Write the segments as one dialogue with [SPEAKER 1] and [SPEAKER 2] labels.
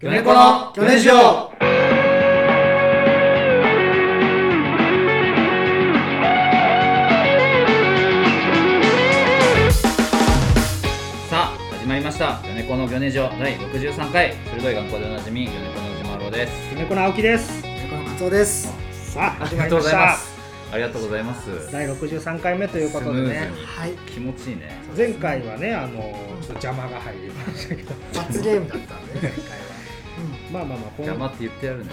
[SPEAKER 1] 去年この去年しよう
[SPEAKER 2] さあ始まりました「ヨネコのギョネジオ」第63回鋭い眼光でおなじみギョネコの藤丸です
[SPEAKER 3] 米子の青木です
[SPEAKER 1] このカツオです
[SPEAKER 3] さあ始ま
[SPEAKER 2] ありがとう
[SPEAKER 3] りま
[SPEAKER 2] ござ
[SPEAKER 3] し
[SPEAKER 2] いま
[SPEAKER 3] た
[SPEAKER 2] すありがとうございます
[SPEAKER 3] 第63回目ということ
[SPEAKER 2] ス
[SPEAKER 3] でね
[SPEAKER 2] ムーズに
[SPEAKER 1] はい
[SPEAKER 2] 気持ちいいね
[SPEAKER 3] 前回はねあのちょっと邪魔が入りましたけど
[SPEAKER 1] 罰ゲームだったんでね今回は
[SPEAKER 3] まあまあまあ
[SPEAKER 2] 邪魔
[SPEAKER 3] 今
[SPEAKER 2] って言ってや るね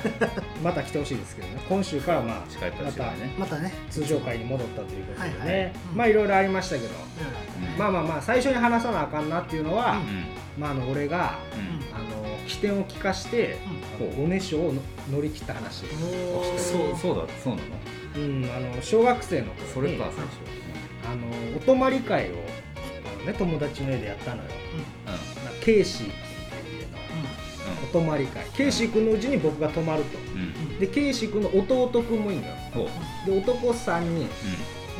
[SPEAKER 3] また来てほしいですけどね今週からはま
[SPEAKER 2] 近い
[SPEAKER 3] あ
[SPEAKER 2] から
[SPEAKER 3] ま
[SPEAKER 2] 近
[SPEAKER 3] た
[SPEAKER 2] いね
[SPEAKER 1] またね
[SPEAKER 3] 通常回に戻ったということでね、
[SPEAKER 1] はいはいうん
[SPEAKER 3] まあいろいろありましたけど
[SPEAKER 2] うん
[SPEAKER 3] まあまあまあ最初に話さなあかんなっていうのは、
[SPEAKER 1] う
[SPEAKER 2] うん
[SPEAKER 3] まああの俺が
[SPEAKER 2] うん
[SPEAKER 3] あの起点を聞かして、
[SPEAKER 2] うん
[SPEAKER 3] あの五年賞をの乗り切った話、
[SPEAKER 1] おー
[SPEAKER 2] そうそうだそうなの
[SPEAKER 3] うん、あの小学生の頃に
[SPEAKER 2] それか最初
[SPEAKER 3] あのお泊まり会をあの、ね、友達の家でやったのよ、
[SPEAKER 2] うん
[SPEAKER 3] まあ、ケイシー君っていう家のお泊まり会ケイシー君のうちに僕が泊まると
[SPEAKER 2] うんうん
[SPEAKER 3] でケイシー君の弟君もいいんだよ
[SPEAKER 2] ほう
[SPEAKER 3] で男3人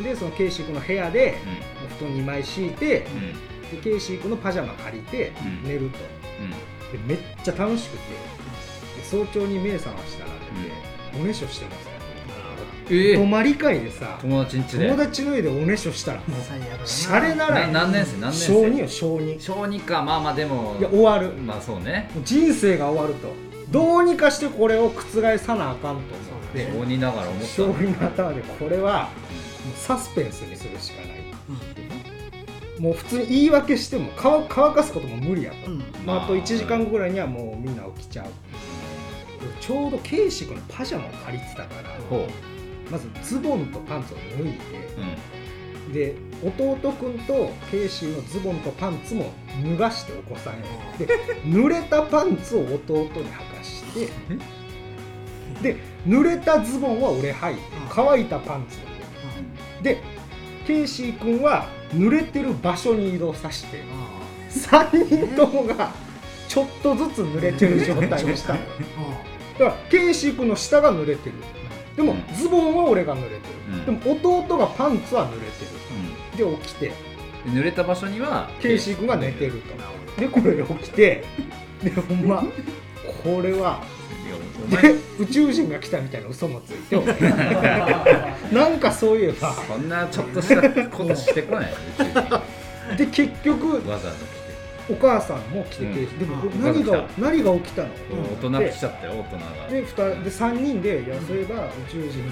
[SPEAKER 3] でそのケイシー君の部屋で
[SPEAKER 2] う
[SPEAKER 3] 布団2枚敷いて
[SPEAKER 2] んうんうん
[SPEAKER 3] でケイシー君のパジャマ借りて
[SPEAKER 2] うん
[SPEAKER 3] 寝るとでめっちゃ楽しくてで早朝に目覚ましたら
[SPEAKER 2] う
[SPEAKER 3] おねしょしてます
[SPEAKER 2] え
[SPEAKER 3] 泊
[SPEAKER 2] ー
[SPEAKER 3] まり会でさ
[SPEAKER 2] 友達ん家で
[SPEAKER 3] 友達の家でおねしょしたらもう
[SPEAKER 1] 最悪だな
[SPEAKER 3] シャレなら
[SPEAKER 2] な
[SPEAKER 3] ない
[SPEAKER 2] 何年生何年
[SPEAKER 3] 小2
[SPEAKER 2] 生
[SPEAKER 3] よ小2
[SPEAKER 2] 小二かまあまあでも
[SPEAKER 3] いや終わる
[SPEAKER 2] まあそうね
[SPEAKER 3] もう人生が終わるとどうにかしてこれを覆さなあかんと思っ
[SPEAKER 2] 小
[SPEAKER 3] て
[SPEAKER 2] 二ながら思った
[SPEAKER 3] 将棋の頭でこれはもうサスペンスにするしかないもう普通に言い訳しても乾乾かすことも無理やと、
[SPEAKER 1] うんうん
[SPEAKER 3] まあ、あと1時間後ぐらいにはもうみんな起きちゃうちょうどケイシ君のパジャマを借りてたから
[SPEAKER 2] ほ
[SPEAKER 3] まずズボンとパンツを脱いで
[SPEAKER 2] ううん
[SPEAKER 3] で弟君とケイシーのズボンとパンツも脱がしてお子さんへで濡れたパンツを弟に履かしてで濡れたズボンは俺履いて乾いたパンツを入れるでケイシー君は濡れてる場所に移動させて3人ともがちょっとずつ濡れてる状態にしたのよだからケイシー君の下が濡れてるでもズボンは俺が濡れて
[SPEAKER 2] う
[SPEAKER 3] るでも弟がパンツは濡れてるで起きて
[SPEAKER 2] うん、濡れた場所には
[SPEAKER 3] ケイシー君が寝てるとでこれで起きてでほんまこれは
[SPEAKER 2] お前
[SPEAKER 3] で宇宙人が来たみたいな嘘もついて俺なんかそういえば
[SPEAKER 2] そんなちょっとしたことしてこない宇宙人わ
[SPEAKER 3] で結局
[SPEAKER 2] ざわざ来て
[SPEAKER 3] お母さんも来てケイシーでも
[SPEAKER 1] うん
[SPEAKER 3] 何
[SPEAKER 2] お母
[SPEAKER 3] が
[SPEAKER 2] さ
[SPEAKER 3] 何が起きたの
[SPEAKER 2] 大人
[SPEAKER 3] で
[SPEAKER 2] 来ちゃったよ大人が
[SPEAKER 3] で二人で3人でいやそういえば宇宙人が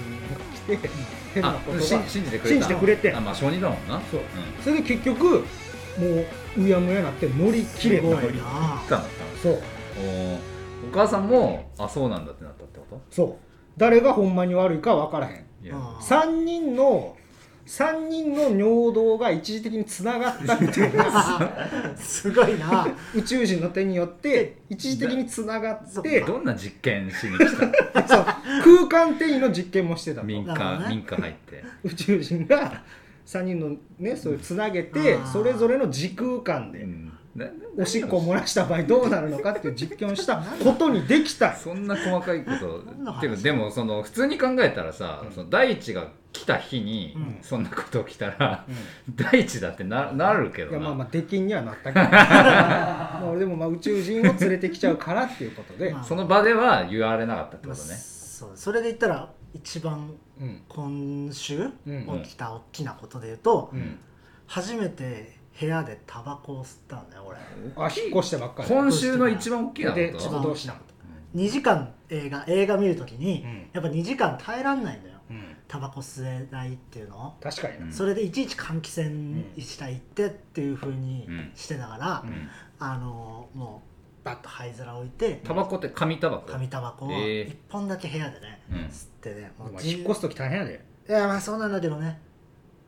[SPEAKER 3] 来て変な
[SPEAKER 2] あ
[SPEAKER 3] ことが
[SPEAKER 2] し
[SPEAKER 3] 信
[SPEAKER 2] 信じてくれた
[SPEAKER 3] じてくれて
[SPEAKER 2] あまあ小児だもんな
[SPEAKER 3] そうんそれで結局もううやむやなって乗り切れた
[SPEAKER 1] すごいな
[SPEAKER 2] 来たの
[SPEAKER 3] そう
[SPEAKER 2] おーお母さんもあそうなんだってなったってこと
[SPEAKER 3] そう誰がほんまに悪いか分からへん
[SPEAKER 2] いや
[SPEAKER 1] うん
[SPEAKER 3] 3人の3人の尿道が一時的につながったみたい な
[SPEAKER 1] すごいな
[SPEAKER 3] 宇宙人の手によって一時的につながっ
[SPEAKER 1] そって
[SPEAKER 2] どんな実験しに来 た
[SPEAKER 3] そう空間転移の実験もしてたと
[SPEAKER 2] 民
[SPEAKER 1] なるほ
[SPEAKER 2] 家
[SPEAKER 1] どね
[SPEAKER 2] 民家入って
[SPEAKER 3] 宇宙人が3人のねそれつなげて
[SPEAKER 1] うん
[SPEAKER 3] それぞれの時空間でおしっこを漏らした場合どうなるのかっていう実験をしたことにできた
[SPEAKER 2] そんな細かいこと
[SPEAKER 1] 何の話
[SPEAKER 2] ていうかでもその普通に考えたらさ、その大地が来た日に
[SPEAKER 1] うん
[SPEAKER 2] そんなこと起きたら、 大地だってななるけど
[SPEAKER 3] い
[SPEAKER 2] な
[SPEAKER 3] やまあまあ出禁にはなったけどまあ俺でもまあ宇宙人を連れてきちゃうからっていうことで
[SPEAKER 1] まあ
[SPEAKER 2] その場では言われなかったって
[SPEAKER 1] ま
[SPEAKER 2] こ
[SPEAKER 1] あ
[SPEAKER 2] とね、
[SPEAKER 1] そうそれで言ったら一番
[SPEAKER 3] うん
[SPEAKER 1] 今週
[SPEAKER 3] うん
[SPEAKER 1] 起きた大きなことで言うと
[SPEAKER 3] うん
[SPEAKER 1] 初めて部屋でタバコを吸ったんだよ俺
[SPEAKER 3] あ引っ越してばっかり
[SPEAKER 2] 今週の一番大きなこ
[SPEAKER 3] で
[SPEAKER 2] と
[SPEAKER 3] ちょっ
[SPEAKER 1] 番
[SPEAKER 3] とどうした
[SPEAKER 1] 2時間映画映画見るときに、
[SPEAKER 3] うん
[SPEAKER 1] やっぱ2時間耐えらんないんだよ
[SPEAKER 3] うん
[SPEAKER 1] タバコ吸えないっていうのを、
[SPEAKER 3] 確かにな
[SPEAKER 2] うん
[SPEAKER 1] それでいちいち換気扇したいってっていうふうに
[SPEAKER 2] うん
[SPEAKER 1] してたから、
[SPEAKER 2] うん
[SPEAKER 1] あのもうバッと灰皿置いて
[SPEAKER 2] タバコって紙タバコ
[SPEAKER 1] 紙タバコを
[SPEAKER 2] えー
[SPEAKER 1] 1本だけ部屋でね、
[SPEAKER 2] うん
[SPEAKER 1] 吸ってね
[SPEAKER 3] お前
[SPEAKER 1] じ
[SPEAKER 3] 引っ越す時大変やで
[SPEAKER 1] いやまあそうなんだけどね、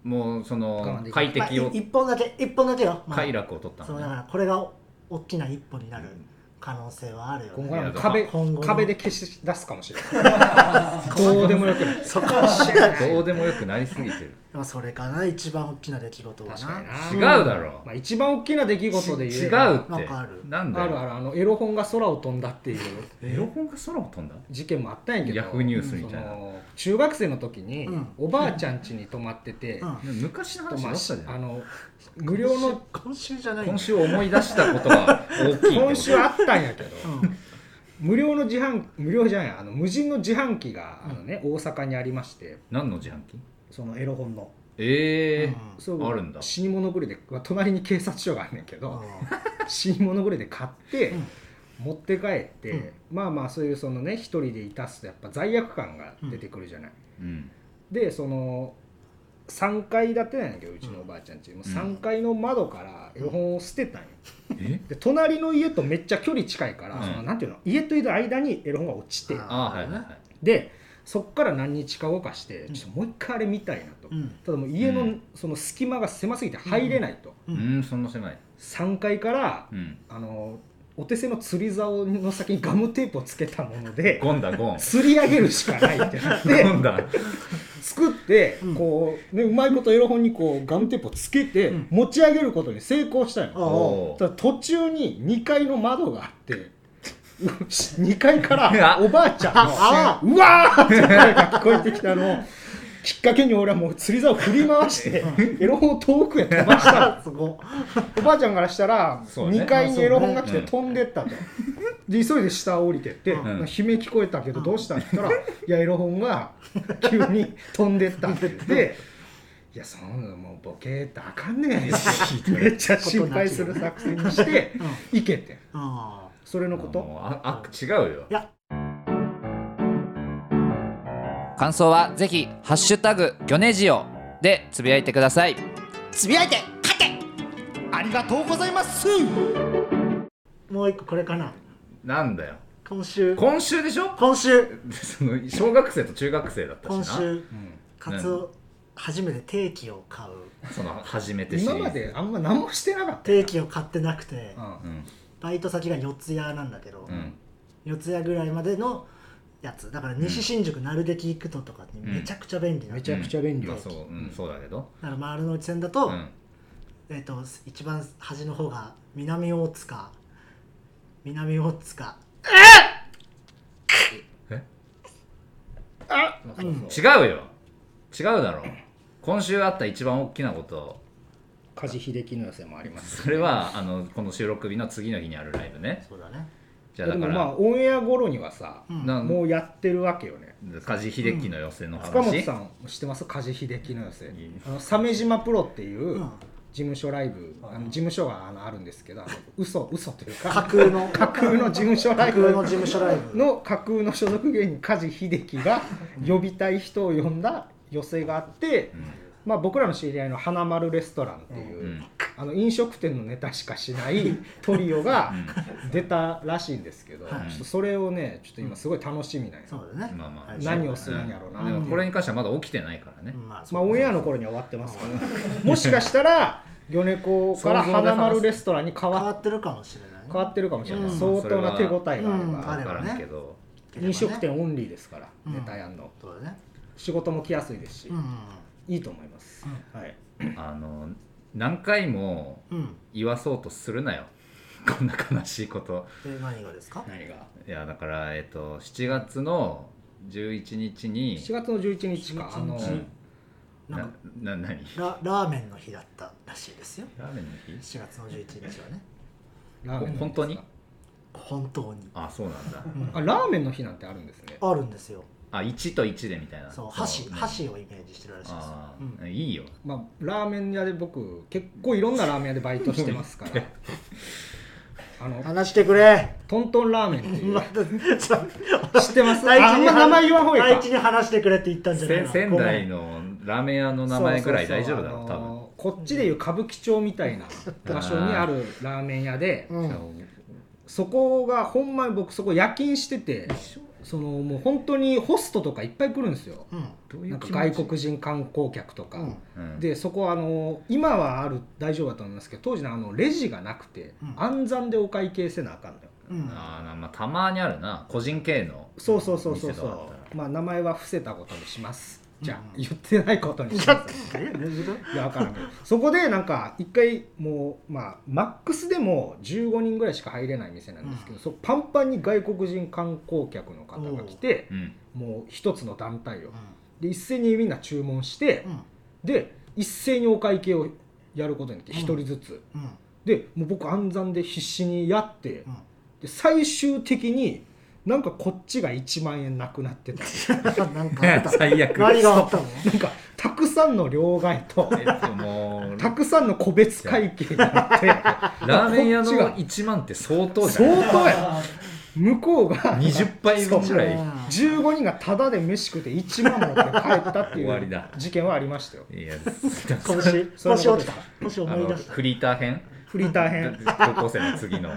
[SPEAKER 2] もうそ
[SPEAKER 3] 我
[SPEAKER 2] の
[SPEAKER 3] 慢できない
[SPEAKER 2] 快適を、
[SPEAKER 1] 1本だけ1本だけよ、まあ
[SPEAKER 2] 快楽を取った
[SPEAKER 1] そ
[SPEAKER 2] の
[SPEAKER 1] うだか
[SPEAKER 2] ね
[SPEAKER 1] らこれが大きな一歩になる可能性はあるよ
[SPEAKER 3] 今
[SPEAKER 1] ね
[SPEAKER 3] 後はも
[SPEAKER 2] い
[SPEAKER 3] う壁
[SPEAKER 1] や今後の
[SPEAKER 3] 壁で消し出すかもしれないどうでもよくない
[SPEAKER 1] そこは知らない
[SPEAKER 2] どうでもよくなりすぎてる
[SPEAKER 1] まあそれかな一番大きな出来事は
[SPEAKER 3] 確か
[SPEAKER 1] な
[SPEAKER 3] に
[SPEAKER 2] 違う
[SPEAKER 3] な
[SPEAKER 2] だろ
[SPEAKER 3] まあ一番大きな出来事で言
[SPEAKER 2] 違う
[SPEAKER 3] え
[SPEAKER 2] って
[SPEAKER 3] ば
[SPEAKER 1] なんかある
[SPEAKER 2] なんだ
[SPEAKER 3] あ
[SPEAKER 2] よ
[SPEAKER 3] るあるあのエロ本が空を飛んだ っていう
[SPEAKER 2] エロ本が空を飛んだ
[SPEAKER 3] 事件もあったんやけど
[SPEAKER 2] ヤフーニュースみたいな
[SPEAKER 3] その中学生の時に
[SPEAKER 1] うん
[SPEAKER 3] おばあちゃん家に泊まってて
[SPEAKER 1] うん
[SPEAKER 2] 昔の
[SPEAKER 3] と
[SPEAKER 2] 話だ
[SPEAKER 3] まあ
[SPEAKER 2] った
[SPEAKER 3] し
[SPEAKER 2] じゃ
[SPEAKER 3] あ
[SPEAKER 2] ん
[SPEAKER 3] の無料の
[SPEAKER 1] 今週じゃない
[SPEAKER 2] 今週思い出したことが大きいってこと
[SPEAKER 3] 今週あったんやけど
[SPEAKER 1] うん
[SPEAKER 3] 無料の自販無料じゃないあの無人の自販機があの、ね大阪にありまして
[SPEAKER 2] 何の自販機
[SPEAKER 3] そのエロ本の
[SPEAKER 2] ええー
[SPEAKER 1] うん
[SPEAKER 3] そう
[SPEAKER 2] あるんだ
[SPEAKER 3] 死に物狂いでまあ隣に警察署があんねんけど、死に物狂いで買って、
[SPEAKER 1] うん
[SPEAKER 3] 持って帰って、まあまあそういうそのね一人でいたすとやっぱ罪悪感が出てくるじゃない、
[SPEAKER 2] うん
[SPEAKER 3] でその3階建てなんやけどうちのおばあちゃんち、もう3階の窓から絵本を捨てたんよ
[SPEAKER 2] え
[SPEAKER 3] で隣の家とめっちゃ距離近いから、
[SPEAKER 2] うん
[SPEAKER 3] そのなんていうの家と家の間に絵本が落ちて
[SPEAKER 1] あ
[SPEAKER 2] あーはいはいはい
[SPEAKER 3] でそっから何日か動かして
[SPEAKER 1] うん
[SPEAKER 3] ちょっともう一回あれ見たいなと、
[SPEAKER 1] うん
[SPEAKER 3] ただもう家
[SPEAKER 2] う
[SPEAKER 3] の
[SPEAKER 2] ん
[SPEAKER 3] その隙間が狭すぎて入れないと、
[SPEAKER 1] う
[SPEAKER 2] うんんそんな狭い
[SPEAKER 3] 3階から
[SPEAKER 2] うん
[SPEAKER 3] あのお手製の釣り竿の先にガムテープをつけたもので
[SPEAKER 2] ゴンだゴン
[SPEAKER 3] 釣り上げるしかないってなって
[SPEAKER 2] ゴンだ
[SPEAKER 3] 作って、
[SPEAKER 1] うん
[SPEAKER 3] こうねうまいことエロ本にこうガムテープをつけて、
[SPEAKER 1] うん
[SPEAKER 3] 持ち上げることに成功した
[SPEAKER 1] あ
[SPEAKER 3] の。
[SPEAKER 2] お
[SPEAKER 3] ただ途中に2階の窓があって。2階か
[SPEAKER 2] あ
[SPEAKER 3] らおばあちゃん
[SPEAKER 1] あ
[SPEAKER 3] の「うわ!」って声が聞こえてきたのをきっかけに俺はもう釣り竿を振り回してエロ本を遠くへ飛ばした の
[SPEAKER 1] すご
[SPEAKER 3] おばあちゃんからしたら
[SPEAKER 2] そうね
[SPEAKER 3] 2階にエロ本が来
[SPEAKER 2] まあ
[SPEAKER 3] て
[SPEAKER 2] そうね
[SPEAKER 3] 飛んでったと、で急いで下を降りてって、
[SPEAKER 1] うん
[SPEAKER 3] 悲鳴聞こえたけどどうしたって言ったら「いやエロ本が急に飛んでった」って言って「いやそんなのもうボケたらあかんねん」ってめっちゃ心配する作戦にして
[SPEAKER 1] い、うん
[SPEAKER 3] 行けてん
[SPEAKER 1] あ
[SPEAKER 3] それのこ
[SPEAKER 2] も
[SPEAKER 3] と
[SPEAKER 2] うああ違うよ
[SPEAKER 1] いや
[SPEAKER 2] 感想はぜひハッシュタグギョネジオでつぶやいてください
[SPEAKER 4] つぶやいて勝てありがとうございます
[SPEAKER 1] ーもう一個これかな
[SPEAKER 2] なんだよ
[SPEAKER 1] 今週
[SPEAKER 2] 今週でしょ
[SPEAKER 1] 今週
[SPEAKER 2] その小学生と中学生だったしな
[SPEAKER 1] 今週
[SPEAKER 3] うん
[SPEAKER 1] カツオ初めて定期を買う
[SPEAKER 2] その初めてシリー
[SPEAKER 3] 今
[SPEAKER 2] ズ
[SPEAKER 3] まであんま何もしてなかった
[SPEAKER 1] 定期を買ってなくて
[SPEAKER 3] うん
[SPEAKER 2] うん
[SPEAKER 1] バイト先が四谷なんだけど、
[SPEAKER 2] うん
[SPEAKER 1] 四谷ぐらいまでのやつだから西新宿鳴るき行くのとかにめちゃくちゃ便利な、
[SPEAKER 3] め
[SPEAKER 1] だ
[SPEAKER 3] ちゃくちゃ便利
[SPEAKER 2] まあそううんそうだけど
[SPEAKER 1] から丸の内線だと,、
[SPEAKER 2] うん
[SPEAKER 1] えっと一番端の方が南大塚南大塚
[SPEAKER 2] 違うよ違うだろ今週あった一番大きなこと
[SPEAKER 3] 梶秀樹の寄せもあります
[SPEAKER 2] それはあのこの収録日の次の日にあるライブね
[SPEAKER 1] そうだね
[SPEAKER 2] じ
[SPEAKER 3] で
[SPEAKER 2] ゃあだ
[SPEAKER 3] も
[SPEAKER 2] か
[SPEAKER 3] まあ
[SPEAKER 2] ら
[SPEAKER 3] オンエア頃にはさ、
[SPEAKER 1] うん
[SPEAKER 2] な
[SPEAKER 3] もうやってるわけよね
[SPEAKER 2] 梶秀樹の寄せの話
[SPEAKER 3] 塚本さん知ってます梶秀樹の寄せ
[SPEAKER 2] いい
[SPEAKER 3] あの鮫島プロっていう
[SPEAKER 1] うん
[SPEAKER 3] 事務所ライブ、あの事務所があのあるんですけどあの嘘嘘という
[SPEAKER 1] 架
[SPEAKER 3] か
[SPEAKER 1] 空の架
[SPEAKER 3] 架空の事務所ライ
[SPEAKER 1] 空の
[SPEAKER 3] ブ
[SPEAKER 1] 事務所ライブ
[SPEAKER 3] の架空の所属芸人梶秀樹が呼びたい人を呼んだ寄せがあって、まあ、僕らの知り合いの花丸レストランっていう、
[SPEAKER 2] うんうん
[SPEAKER 3] あの飲食店のネタしかしないトリオが出たらしいんですけど、
[SPEAKER 1] はい
[SPEAKER 3] ちょっとそれをねちょっと今すごい楽しみなんよ、
[SPEAKER 1] そうだね、
[SPEAKER 2] まあまあ
[SPEAKER 3] 何をするんやろうな
[SPEAKER 2] うんでもこれに関してはまだ起きてないからね
[SPEAKER 1] うんまあそ
[SPEAKER 3] まあ、
[SPEAKER 1] う
[SPEAKER 3] オンエアの頃には終わってますから、もしかしたら、魚猫から花丸レストランに変
[SPEAKER 1] 変わ
[SPEAKER 3] わ
[SPEAKER 1] ってるかもしれないね、
[SPEAKER 3] 変わってるかもしれない、
[SPEAKER 1] うん
[SPEAKER 3] 相当な手応えがあれ
[SPEAKER 1] うん
[SPEAKER 3] ば、
[SPEAKER 1] あれ
[SPEAKER 2] 分
[SPEAKER 1] ば
[SPEAKER 2] か
[SPEAKER 1] ね
[SPEAKER 2] らんけど
[SPEAKER 3] 飲食店オンリーですから、
[SPEAKER 1] うん
[SPEAKER 3] ネタやんの、
[SPEAKER 1] そうだね
[SPEAKER 3] 仕事も来やすいですし、
[SPEAKER 1] うんうん
[SPEAKER 3] いいと思います。はい、
[SPEAKER 2] あの何回も
[SPEAKER 1] うんうん
[SPEAKER 2] 言わそうとするなよこんな悲しいこと
[SPEAKER 1] で何がですか
[SPEAKER 3] 何が
[SPEAKER 2] いやだからえっと7月の11日に
[SPEAKER 3] ?4 月の11日か、あの
[SPEAKER 1] 11日なん
[SPEAKER 2] な
[SPEAKER 1] か
[SPEAKER 2] な何
[SPEAKER 1] ララーメンの日だったらしいですよ
[SPEAKER 2] ラーメンの日
[SPEAKER 1] 7月の11日はね
[SPEAKER 3] ラーメンの日ですか
[SPEAKER 2] 本当に
[SPEAKER 1] 本当に、
[SPEAKER 2] あそうなんだ
[SPEAKER 1] うん
[SPEAKER 3] あラーメンの日なんてあるんですね。
[SPEAKER 1] あるんですよ
[SPEAKER 2] あ1と1でみたいな
[SPEAKER 1] そう
[SPEAKER 2] ね
[SPEAKER 1] 箸箸をイメージしてるらしいですよ
[SPEAKER 2] あ、
[SPEAKER 1] う
[SPEAKER 2] ー
[SPEAKER 1] ん
[SPEAKER 2] いいよ
[SPEAKER 3] まあ、ラーメン屋で僕、結構いろんなラーメン屋でバイトしてますから、あの
[SPEAKER 1] 話してくれ
[SPEAKER 3] トントンラーメンっていう
[SPEAKER 1] ま。たちょ
[SPEAKER 3] 知ってます
[SPEAKER 1] 大地に
[SPEAKER 3] ああんま名前言わんほうがいい
[SPEAKER 1] 第
[SPEAKER 3] か
[SPEAKER 1] 一に話してくれって言ったんじゃない
[SPEAKER 2] せ
[SPEAKER 1] の
[SPEAKER 2] 仙
[SPEAKER 1] ごめん
[SPEAKER 2] 台のラーメン屋の名前ぐらい大丈夫だろ
[SPEAKER 3] そう
[SPEAKER 2] 多
[SPEAKER 3] うそ
[SPEAKER 2] 分
[SPEAKER 3] うそうあのこっちでいう歌舞伎町みたいな場所にあるラーメン屋で、
[SPEAKER 1] うん
[SPEAKER 3] そこがほんまに僕そこ夜勤しててそのもう本当にホストとかいっぱい来るんですよ
[SPEAKER 1] うん
[SPEAKER 2] どうい
[SPEAKER 3] な
[SPEAKER 2] うん
[SPEAKER 3] か
[SPEAKER 2] 気持ち
[SPEAKER 3] 外国人観光客とか、
[SPEAKER 1] うん
[SPEAKER 2] うん
[SPEAKER 3] でそこあの今はある大丈夫だと思いますけど当時のあのレジがなくて、
[SPEAKER 1] うん
[SPEAKER 3] 暗算でお会計せなあかんのよ
[SPEAKER 1] うん
[SPEAKER 2] あーなまあたまにあるな個人系の
[SPEAKER 3] そうそうそうそう
[SPEAKER 2] 店
[SPEAKER 3] そ
[SPEAKER 2] とかだったら
[SPEAKER 3] うまあ名前は伏せたことにしますじゃあ、
[SPEAKER 1] うん
[SPEAKER 3] 言ってないことにし
[SPEAKER 1] やっ
[SPEAKER 3] ます
[SPEAKER 1] えどういうこ
[SPEAKER 3] いや分からんけどそこでなんか一回もうまあマックスでも15人ぐらいしか入れない店なんですけど、そこパンパンに外国人観光客の方が来て
[SPEAKER 2] うん
[SPEAKER 3] もう一つの団体を
[SPEAKER 1] と
[SPEAKER 3] で一斉にみんな注文して
[SPEAKER 1] うん
[SPEAKER 3] で一斉にお会計をやることになって
[SPEAKER 1] うん
[SPEAKER 3] 一人ずつ
[SPEAKER 1] うん
[SPEAKER 3] でもう僕暗算で必死にやって
[SPEAKER 1] うん
[SPEAKER 3] で最終的になんかこっちが1万円なくなってた
[SPEAKER 1] なんかあった
[SPEAKER 2] 最悪
[SPEAKER 1] 何があったの
[SPEAKER 3] なんかたくさんの両替と
[SPEAKER 2] そうもう
[SPEAKER 3] たくさんの個別会計があって
[SPEAKER 2] ラーメン屋
[SPEAKER 3] こっちが
[SPEAKER 2] の1万って相当じゃない
[SPEAKER 3] 相当や向こうが
[SPEAKER 2] 20杯分ぐらい
[SPEAKER 3] 15人がタダで飯食って1万持って帰ったってい
[SPEAKER 2] 終わり
[SPEAKER 3] う
[SPEAKER 2] だ
[SPEAKER 3] 事件はありましたよ
[SPEAKER 2] いや
[SPEAKER 1] 今年
[SPEAKER 3] そ
[SPEAKER 1] 今
[SPEAKER 3] ういう
[SPEAKER 1] 年
[SPEAKER 3] こと
[SPEAKER 1] 落ちた今年
[SPEAKER 2] あ
[SPEAKER 1] 思い
[SPEAKER 2] の
[SPEAKER 1] 出した
[SPEAKER 2] フリーター編
[SPEAKER 3] フリーター編
[SPEAKER 2] 高校生の次 の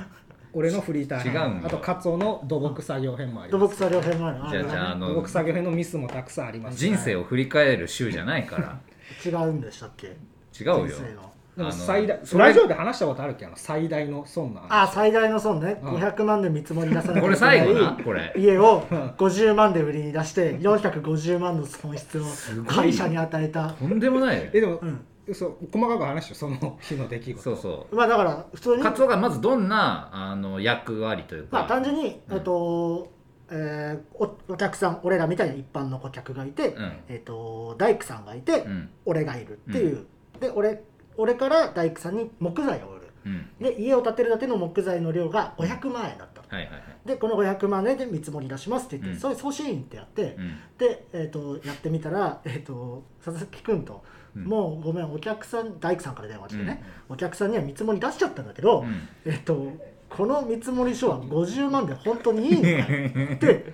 [SPEAKER 3] 俺のフリーター
[SPEAKER 2] 違うん
[SPEAKER 3] 編
[SPEAKER 2] だ
[SPEAKER 3] あとカツオの土木作業編もあり
[SPEAKER 1] 土
[SPEAKER 3] ま
[SPEAKER 1] 木
[SPEAKER 3] す
[SPEAKER 1] 作業編もある
[SPEAKER 2] じゃあじゃああ
[SPEAKER 1] あれ
[SPEAKER 3] 土
[SPEAKER 2] の
[SPEAKER 3] 木作業編のミスもたくさんあります
[SPEAKER 2] 人生を振り返る週じゃないから
[SPEAKER 1] 違うんでしたっけ
[SPEAKER 2] 違う
[SPEAKER 1] 人生
[SPEAKER 2] よ
[SPEAKER 1] の
[SPEAKER 3] でも
[SPEAKER 2] あの
[SPEAKER 3] 最大
[SPEAKER 2] それ
[SPEAKER 3] ラジオで話したことあるっけど最大の損な
[SPEAKER 1] あ最大の損ね
[SPEAKER 3] うん
[SPEAKER 1] 500万で見積もり出さなきゃいけない
[SPEAKER 2] これ最後なこれ
[SPEAKER 1] 家を50万で売りに出して450万の損失を
[SPEAKER 2] ごい
[SPEAKER 1] 会社に与えた
[SPEAKER 2] とんでもないよ
[SPEAKER 3] えでも、
[SPEAKER 1] うん
[SPEAKER 3] そう細かく話しようその日の出来事
[SPEAKER 2] そうそ
[SPEAKER 1] まあだから普通
[SPEAKER 2] う
[SPEAKER 1] に
[SPEAKER 2] カツオがまずどんなあの役割というか
[SPEAKER 1] まあ単純に、
[SPEAKER 2] うん
[SPEAKER 1] えっとえーおお客さん俺らみたいな一般の顧客がいて、
[SPEAKER 2] うん
[SPEAKER 1] えっと大工さんがいて、
[SPEAKER 2] うん
[SPEAKER 1] 俺がいるっていう、で俺俺から大工さんに木材を売る
[SPEAKER 2] うん
[SPEAKER 1] で家を建てるだけの木材の量が500万円だった
[SPEAKER 2] はいはいはい
[SPEAKER 1] でこの500万円で見積もり出しますって言って、
[SPEAKER 2] うん
[SPEAKER 1] そういう送信員ってやって、
[SPEAKER 2] うん
[SPEAKER 1] で、えー、とやってみたら、えー、と佐々木君と、
[SPEAKER 2] うん
[SPEAKER 1] もうごめんお客さん大工さんから電話来てね、お客さんには見積もり出しちゃったんだけど、
[SPEAKER 2] うん
[SPEAKER 1] えっと、この見積もり書は50万で本当にいいのかよ って、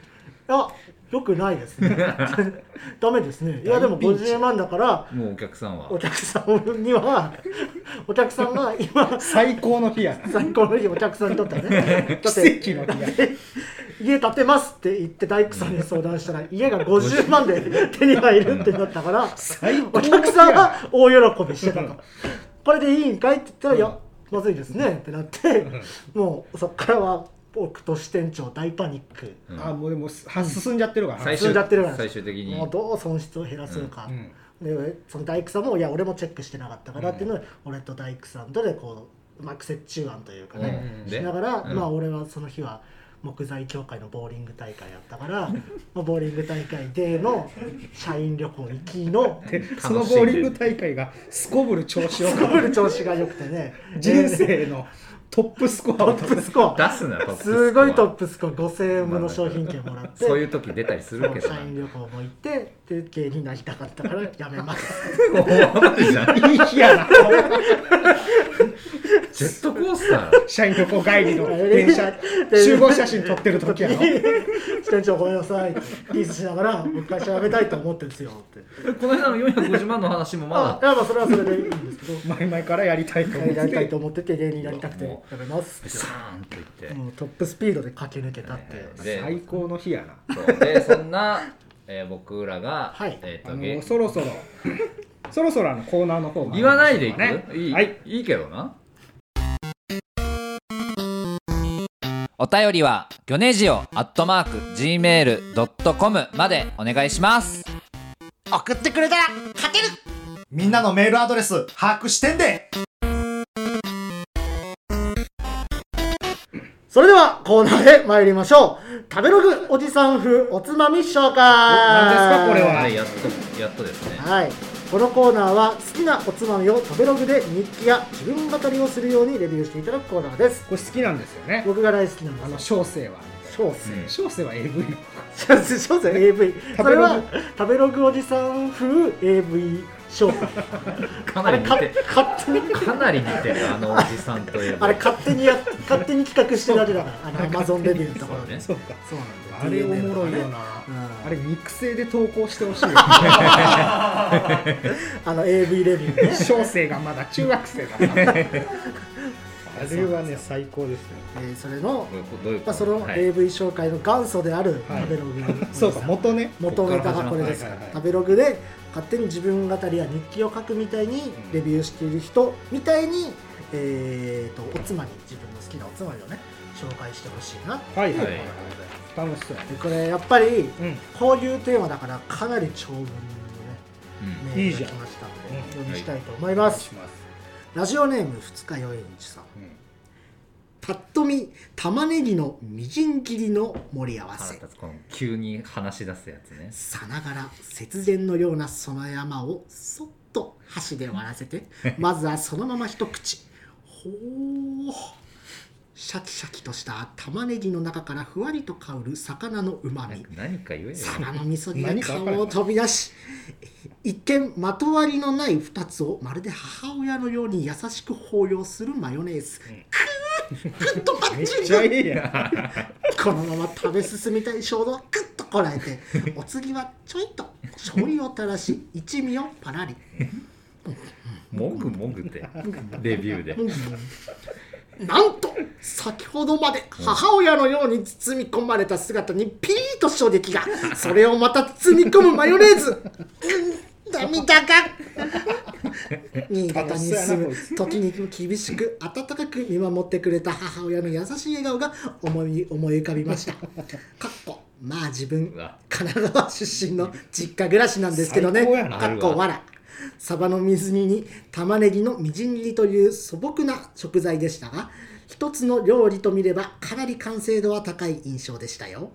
[SPEAKER 1] あよくないですね、ダメですね、いやでも
[SPEAKER 3] 大ピンチ
[SPEAKER 1] 50万だから、
[SPEAKER 2] もうお客さんは
[SPEAKER 1] お客さんには、お客さんが今、
[SPEAKER 3] 最高の日やな
[SPEAKER 1] 最高のいいお客さんにとっては ね、だって
[SPEAKER 3] 奇跡の日や
[SPEAKER 1] 家建てますって言って大工さんに相談したら、家が50万で手に入るってなった から、
[SPEAKER 3] 最高
[SPEAKER 1] お
[SPEAKER 3] の日や
[SPEAKER 1] 客さんは大喜びしてたと。これでいいんかいって言ったら、いや、まずいですねってなって。もうそこからは僕と支店長大パニック
[SPEAKER 2] うん
[SPEAKER 3] あもうでもは進んじゃってるから
[SPEAKER 2] 最
[SPEAKER 1] 進
[SPEAKER 2] 終
[SPEAKER 1] んじゃってるから
[SPEAKER 2] 最終的に
[SPEAKER 1] もうどう損失を減らすのか、
[SPEAKER 3] うん
[SPEAKER 1] でその大工さんもいや俺もチェックしてなかったからっていうので、俺と大工さんとでこううまく折衷案というかね、
[SPEAKER 2] う
[SPEAKER 1] し
[SPEAKER 2] んで
[SPEAKER 1] ながら、
[SPEAKER 2] うん
[SPEAKER 1] まあ俺はその日は木材協会のボーリング大会やったから、まあボーリング大会での社員旅行行きの
[SPEAKER 3] でそのボーリング大会がすこぶる調子を
[SPEAKER 1] すごい調子が良くて ね
[SPEAKER 3] 人生のトップスコア
[SPEAKER 1] ト
[SPEAKER 3] を
[SPEAKER 1] ップスコア
[SPEAKER 2] 出すなトップスコア
[SPEAKER 1] すごいトップスコア5000円分の商品券もらって
[SPEAKER 2] そういう時出たりするけど
[SPEAKER 1] 社員旅行も行ってで芸人になりたかった からやめます
[SPEAKER 2] もう マジじゃん
[SPEAKER 3] いい日やな
[SPEAKER 2] ジェットコースター
[SPEAKER 3] 社員旅行帰りの電車集合写真撮ってる時や ろ
[SPEAKER 1] 支店長ごめんなさいってリースしながらもう一回調べたいと思ってるんですよって
[SPEAKER 2] この間の450万の話も
[SPEAKER 1] ま
[SPEAKER 2] ま
[SPEAKER 1] あいやまあそれはそれでいいんですけど
[SPEAKER 3] 前々からやりたいと思っ
[SPEAKER 1] やりた
[SPEAKER 3] て
[SPEAKER 1] いと思ってて芸人になりたくてやめます
[SPEAKER 2] だ
[SPEAKER 1] っ
[SPEAKER 2] サーンといって
[SPEAKER 1] てもうトップスピードで駆け抜けたって、
[SPEAKER 2] はいはいで
[SPEAKER 3] 最高の日やな
[SPEAKER 2] そうでそんな、えー僕らが、
[SPEAKER 1] はい
[SPEAKER 2] えー
[SPEAKER 3] あ
[SPEAKER 2] とげ
[SPEAKER 3] のそろそろそろそろあのコーナーの方も
[SPEAKER 2] 言わないでいく、
[SPEAKER 3] ね
[SPEAKER 2] いい、
[SPEAKER 3] はい、
[SPEAKER 2] いいけどなお便りはギョネジオアットマーク Gmail.com までお願いします
[SPEAKER 4] 送ってくれたら勝てるみんなのメールアドレス把握してんで
[SPEAKER 1] それではコーナーへ参りましょう食べログおじさん風おつまみ紹介
[SPEAKER 3] 何ですかこれは
[SPEAKER 2] はいやっとやっとですね
[SPEAKER 1] はい、このコーナーは好きなおつまみを食べログで日記や自分語りをするようにレビューしていただくコーナーです
[SPEAKER 3] これ好きなんですよね
[SPEAKER 1] 僕が大好きなの
[SPEAKER 3] あの
[SPEAKER 1] は
[SPEAKER 3] 小生は
[SPEAKER 1] 小生
[SPEAKER 2] うん
[SPEAKER 3] 小生は AV の
[SPEAKER 1] 小生小生 AV
[SPEAKER 3] ログ
[SPEAKER 1] それは食べログおじさん風 AV 小生
[SPEAKER 2] か
[SPEAKER 1] あ
[SPEAKER 2] な
[SPEAKER 1] れ
[SPEAKER 2] り似
[SPEAKER 1] か
[SPEAKER 2] て
[SPEAKER 1] 勝手に
[SPEAKER 2] かなり似てるあのおじさんといえば
[SPEAKER 1] あれ勝手にや勝手に企画してるだけだからあのアマゾンレビューのところで
[SPEAKER 2] そう
[SPEAKER 3] そうか
[SPEAKER 1] そうなんだよ
[SPEAKER 3] あれおもろい
[SPEAKER 1] DNA
[SPEAKER 3] よ
[SPEAKER 1] とかね
[SPEAKER 3] な
[SPEAKER 1] うん
[SPEAKER 3] あれ肉声で投稿してほしいよ
[SPEAKER 1] あの AV レビューね
[SPEAKER 3] 小生がまだ中学生だからあれはね最高ですよ
[SPEAKER 1] えーそれの
[SPEAKER 2] どういうことどういう
[SPEAKER 1] ま
[SPEAKER 2] こ
[SPEAKER 1] あ
[SPEAKER 2] と
[SPEAKER 1] その
[SPEAKER 2] はい
[SPEAKER 1] AV 紹介の元祖である
[SPEAKER 3] はい
[SPEAKER 1] 食べログ、
[SPEAKER 3] そうか元ね
[SPEAKER 1] 元ネタがこれですから
[SPEAKER 3] こっから始ま
[SPEAKER 1] 食
[SPEAKER 3] る
[SPEAKER 1] べログで勝手に自分語りや日記を書くみたいにレビューしている人みたいに、えー、とおつまみ自分の好きなおつまみをね紹介してほしいなって
[SPEAKER 3] はい
[SPEAKER 1] いう
[SPEAKER 3] はい
[SPEAKER 1] も
[SPEAKER 3] は
[SPEAKER 1] の
[SPEAKER 3] い
[SPEAKER 1] で
[SPEAKER 3] はい
[SPEAKER 1] ござい
[SPEAKER 3] 楽しそうや
[SPEAKER 1] ますでこれやっぱり
[SPEAKER 3] ね
[SPEAKER 1] こういうテーマだからかなり長文のね
[SPEAKER 2] うん
[SPEAKER 1] メー
[SPEAKER 3] いい
[SPEAKER 1] ル
[SPEAKER 3] じ
[SPEAKER 1] が
[SPEAKER 3] ゃん
[SPEAKER 1] 来ましたの
[SPEAKER 3] うん
[SPEAKER 1] で読みしたいと思います、
[SPEAKER 3] ます
[SPEAKER 1] ラジオネーム二日酔い日さん
[SPEAKER 3] うん
[SPEAKER 1] ぱっと見玉ねぎのみじん切りの盛り合わ
[SPEAKER 2] 腹
[SPEAKER 1] せ
[SPEAKER 2] 立つこの急に話し出すやつね
[SPEAKER 1] さながら節電のようなその山をそっと 箸で割らせてまずはそのまま一口ほうシャキシャキとした玉ねぎの中からふわりと香る魚のうまみ
[SPEAKER 2] 何か言えよ
[SPEAKER 1] 皿の味噌煮が
[SPEAKER 3] 何か分かる
[SPEAKER 1] 顔を飛び出し一見まとわりのない2つをまるで母親のように優しく包容するマヨネーズくーっとマッ
[SPEAKER 3] めっ
[SPEAKER 1] チン
[SPEAKER 3] ちゃいいやん
[SPEAKER 1] このまま食べ進みたい衝動はグッとこらえてお次はちょいと醤油を垂らし一味をパラリ
[SPEAKER 2] 文句文句ってレビューで
[SPEAKER 1] なんと先ほどまで母親のように包み込まれた姿にピリーと衝撃がそれをまた包み込むマヨネーズうん涙が新潟に住む時に厳しく温かく見守ってくれた母親の優しい笑顔が思い思い浮かびましたかっこまあ自分
[SPEAKER 2] うわ
[SPEAKER 1] 神奈川出身の実家暮らしなんですけどね
[SPEAKER 3] 最高やな
[SPEAKER 1] かっこわらサバの水煮に玉ねぎのみじん切りという素朴な食材でしたが一つの料理と見ればかなり完成度は高い印象でしたよ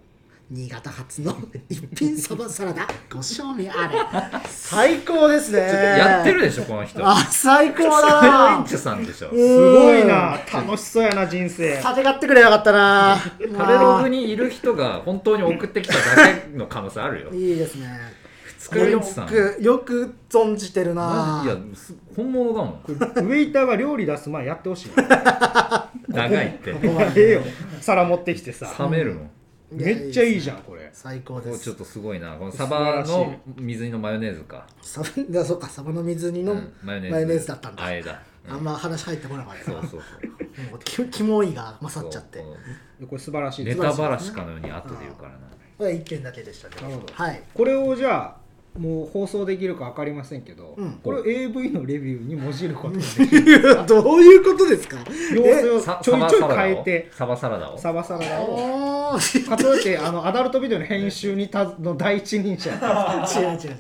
[SPEAKER 1] 新潟発の 一品サバサラダご賞味あれ
[SPEAKER 4] 最高ですね
[SPEAKER 2] やってるでしょこの人
[SPEAKER 1] あ最高
[SPEAKER 2] サイ
[SPEAKER 1] だ
[SPEAKER 2] ン
[SPEAKER 1] な
[SPEAKER 2] チさんでしょ
[SPEAKER 3] すごいな楽しそうやな人生
[SPEAKER 1] 立てがってくれよかったな
[SPEAKER 2] 食べログにいる人が本当に送ってきただけの可能性あるよ
[SPEAKER 1] いいですね
[SPEAKER 2] 二日
[SPEAKER 1] よ
[SPEAKER 2] 連チさん
[SPEAKER 1] くよく存じてる
[SPEAKER 2] マ
[SPEAKER 1] な
[SPEAKER 2] ジいやす本物だもん
[SPEAKER 3] これウェイターが料理出す前やってほ しい
[SPEAKER 2] 長いって
[SPEAKER 1] ここまで
[SPEAKER 3] ええよ 皿持ってきて
[SPEAKER 2] 冷
[SPEAKER 3] さ
[SPEAKER 2] めるの
[SPEAKER 3] めっちゃいいじゃんこれ
[SPEAKER 1] 最高
[SPEAKER 2] こ
[SPEAKER 1] で
[SPEAKER 2] う
[SPEAKER 1] す
[SPEAKER 2] ちょっとすごいなこのサバ
[SPEAKER 3] 素晴ら
[SPEAKER 2] の水煮のマヨネーズか
[SPEAKER 1] サバ だそうかサバの水煮の、
[SPEAKER 2] うんマヨネ
[SPEAKER 1] マヨネーズだったんだ
[SPEAKER 2] あえだうん
[SPEAKER 1] あんま話入ってこなかった
[SPEAKER 2] そ
[SPEAKER 1] な
[SPEAKER 2] う
[SPEAKER 1] も
[SPEAKER 2] そうそう
[SPEAKER 1] うキモキモいが勝っちゃって
[SPEAKER 2] そうこ
[SPEAKER 3] これ素晴らし
[SPEAKER 2] う
[SPEAKER 3] い
[SPEAKER 2] ネ
[SPEAKER 3] です
[SPEAKER 2] タばらしかのように後で言うからな
[SPEAKER 1] これは一件だけでしたけど
[SPEAKER 3] なるほど
[SPEAKER 1] はい
[SPEAKER 3] これをじゃあもう放送できるか分かりませんけど、
[SPEAKER 1] うん
[SPEAKER 3] これを AV のレビューにもじることがで き
[SPEAKER 1] いや どういうことですか
[SPEAKER 3] る様子を
[SPEAKER 2] さ
[SPEAKER 3] ちょいちょい変えて
[SPEAKER 2] サバサラダをサ
[SPEAKER 3] サバサラダを
[SPEAKER 1] おー
[SPEAKER 3] かといってあのアダルトビデオの編集にたの第一人者や っ た
[SPEAKER 1] 違う違う違う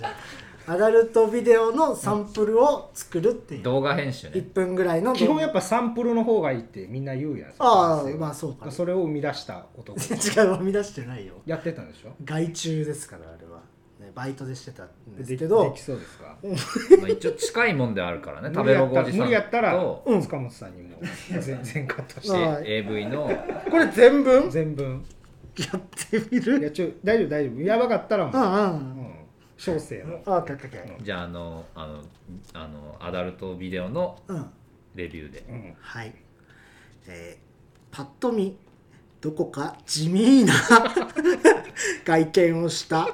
[SPEAKER 1] アダルトビデオのサンプルを作るってい
[SPEAKER 2] バサラダを
[SPEAKER 1] う
[SPEAKER 2] 動画編集ね
[SPEAKER 1] 1分ぐらいの
[SPEAKER 3] 基本やっぱサンプルの方がいいってみんな言うやん
[SPEAKER 1] ああまあそうか
[SPEAKER 3] それを生み出した 男
[SPEAKER 1] 違う生み出してないよ
[SPEAKER 3] やってたんでしょ
[SPEAKER 1] 外注ですからあれは、ね、バイトでしてたんです
[SPEAKER 3] で
[SPEAKER 1] け
[SPEAKER 3] で
[SPEAKER 1] ど
[SPEAKER 3] きそうですか
[SPEAKER 2] まあ一応近いもんではあるからね食べ
[SPEAKER 3] 無理や
[SPEAKER 2] ロ
[SPEAKER 3] っ
[SPEAKER 2] グお
[SPEAKER 3] た
[SPEAKER 2] じさ
[SPEAKER 3] ら無
[SPEAKER 2] ん
[SPEAKER 3] 理やったら
[SPEAKER 2] と
[SPEAKER 1] うん
[SPEAKER 3] 塚本さんにも全然カットし
[SPEAKER 1] あ
[SPEAKER 3] て
[SPEAKER 1] はい
[SPEAKER 2] AV の
[SPEAKER 1] これ全文
[SPEAKER 3] 全文
[SPEAKER 1] やってみ
[SPEAKER 3] い
[SPEAKER 1] る
[SPEAKER 3] やちょ大丈夫大丈夫やばかったら
[SPEAKER 1] う
[SPEAKER 3] もう、
[SPEAKER 1] んうん
[SPEAKER 3] う
[SPEAKER 1] うん
[SPEAKER 3] ん、小生の
[SPEAKER 1] あかかけ
[SPEAKER 2] じゃああのあのあのアダルトビデオの
[SPEAKER 1] うん
[SPEAKER 2] レビューで
[SPEAKER 3] うん
[SPEAKER 1] はい、えー、パッと見どこか地味 な外見をした、